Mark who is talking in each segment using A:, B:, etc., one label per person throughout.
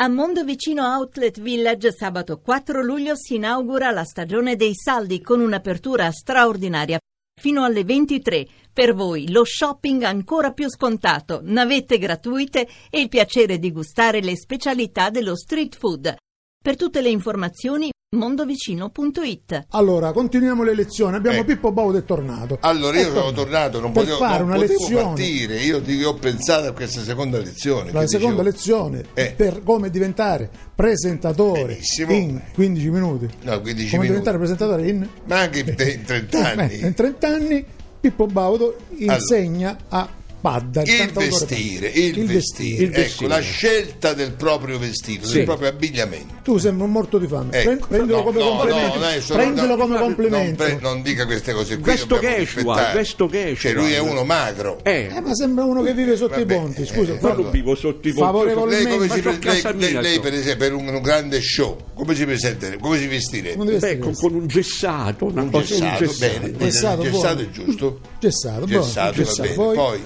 A: A Mondovicino Outlet Village sabato 4 luglio si inaugura la stagione dei saldi con un'apertura straordinaria fino alle 23. Per voi lo shopping ancora più scontato, navette gratuite e il piacere di gustare le specialità dello street food. Per tutte le informazioni mondovicino.it.
B: Allora, continuiamo le lezioni. Abbiamo
C: Eh.
B: Pippo Baudo è tornato.
C: Allora
B: È
C: io sono tornato, non potevo,
B: Ecco, per fare
C: non
B: una
C: potevo
B: lezione.
C: partire, io, ti- io ho pensato a questa seconda lezione.
B: La
C: che
B: seconda
C: dicevo,
B: lezione
C: Eh.
B: per come diventare presentatore
C: Benissimo.
B: in 15 minuti.
C: No, 15
B: come
C: minuti.
B: diventare presentatore in,
C: Ma anche in te- in 30 anni.
B: eh, in 30 anni, Pippo Baudo insegna a Padda. il
C: il
B: cantautore
C: vestire,
B: Padda.
C: il, vestire,
D: il
C: ecco,
D: vestire.
C: la scelta del proprio vestito,
B: Sì.
C: del proprio abbigliamento.
B: Tu sembri un morto di fame.
C: Ecco.
B: Pren- Prendilo
C: No,
B: come
C: no,
B: complimento.
C: no, dai, sono-
B: Prendilo
C: no,
B: come
C: non Non,
B: complimento.
C: pre- non dica queste cose qui.
D: Questo
C: dobbiamo
D: Quechua,
C: rispettare.
D: questo Quechua.
C: Cioè, lui è uno magro.
B: Eh,
D: Eh,
B: ma sembra uno che vive sotto
C: Vabbè,
B: i ponti.
C: eh,
B: Scusa,
C: eh,
D: ma
B: fa-
D: non vivo sotto i
B: Favorevole-
D: conti.
C: Lei come
B: Ma
C: si
D: sono
C: pre- lei-
D: casa
C: lei-
D: mia,
C: lei,
D: io.
C: per esempio, per un, un grande show, come si presenterebbe? Come si vestirebbe?
B: non
C: Un
B: deve
D: Beh,
B: essere
D: Ecco, con, con un gessato, una cosa, un
C: Gessato,
D: gessato.
C: bene,
B: Gessato,
C: gessato,
B: buono.
C: è giusto.
B: gessato. buono,
C: gessato,
B: gessato.
C: va bene. Poi, eh,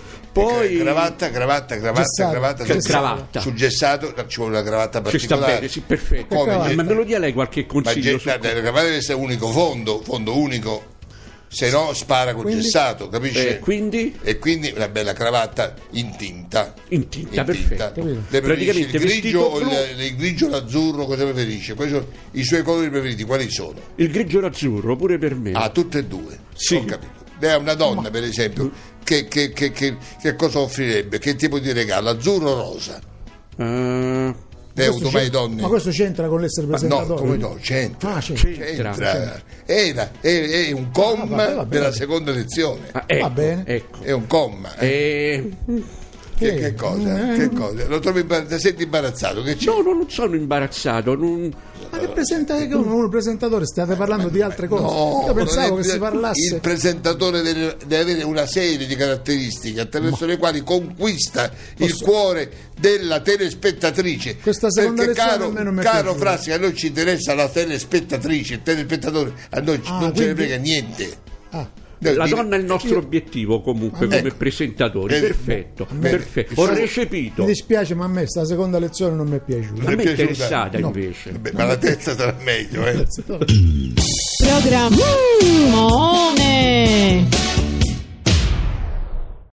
D: Poi-
C: cravatta, cravatta, cravatta,
B: Gessato,
C: cravatta,
B: che
C: sul-
D: cravatta.
C: Sul gessato eh, ci vuole una cravatta
D: Ci sta
C: particolare.
D: bene, sì, perfetto.
C: Come
B: cravatta?
D: Ma,
C: getta-
D: me lo dia lei qualche
C: ma
D: consiglio? su
C: getta- la cravatta deve essere unico fondo, fondo unico. Se no spara col
B: Quindi-
C: gessato, capisci?
D: Eh, quindi
C: E quindi una bella cravatta in tinta.
D: in tinta, perfetto.
B: Capito?
C: Lei preferisce il
D: Praticamente
C: grigio
D: vestito
C: o il,
D: blu,
C: il grigio o l'azzurro? Cosa preferisce? Quali sono i suoi colori preferiti? Quali sono?
D: il grigio e l'azzurro, pure per me.
C: Ah, tutte e due.
D: Sì.
C: Ho capito. Lei è una donna, per esempio, che, che- che- che- che cosa offrirebbe? Che tipo di regalo? Azzurro o rosa?
D: Eh,
C: Lei ha
B: Questo
C: avuto mai
B: c'entra-
C: donne?
B: Ma questo c'entra con l'essere
C: no,
B: presentatore?
C: come no, c'entra.
B: Ah, c'entra.
D: c'entra.
C: C'entra. È, la- è- è un comma
B: Ah, vabbè, vabbè.
C: della seconda lezione.
D: Ah, ecco,
B: Va bene.
D: Ecco.
C: È un comma. eh.
D: Eh,
C: Che,
B: eh,
C: che
B: eh,
C: cosa? Che cosa? Lo trovo imbarazzato. Senti imbarazzato. Che c'è?
D: no, no, non sono imbarazzato. Non...
B: Ma che presenta- che uno, uno presentatore? State parlando di altre cose.
C: No,
B: Io pensavo
C: non è-
B: che si
C: Il
B: parlasse.
C: presentatore deve, deve avere una serie di caratteristiche attraverso le quali conquista il
B: Posso-
C: cuore della telespettatrice.
B: Questa seconda
C: Perché,
B: lezione a
C: caro,
B: me non mi è
C: caro
B: piaciuta.
C: Frasca, a noi ci interessa la telespettatrice, il telespettatore, a noi ci-
B: Ah,
C: non ce ne
B: quindi-
C: frega niente.
B: Ah,
C: Noi
D: La
C: dire-
D: donna è il nostro obiettivo comunque come
C: Ecco.
D: presentatori.
C: Vedi?
D: Perfetto,
C: Vedi?
D: perfetto. Ho
C: Sono-
B: mi
D: recepito.
B: dispiace, ma a me sta seconda lezione non mi è piaciuta.
D: A me è
C: piaciuta.
D: interessata
C: No.
D: invece.
C: Beh, ma la terza sarà meglio, eh.
E: Programmone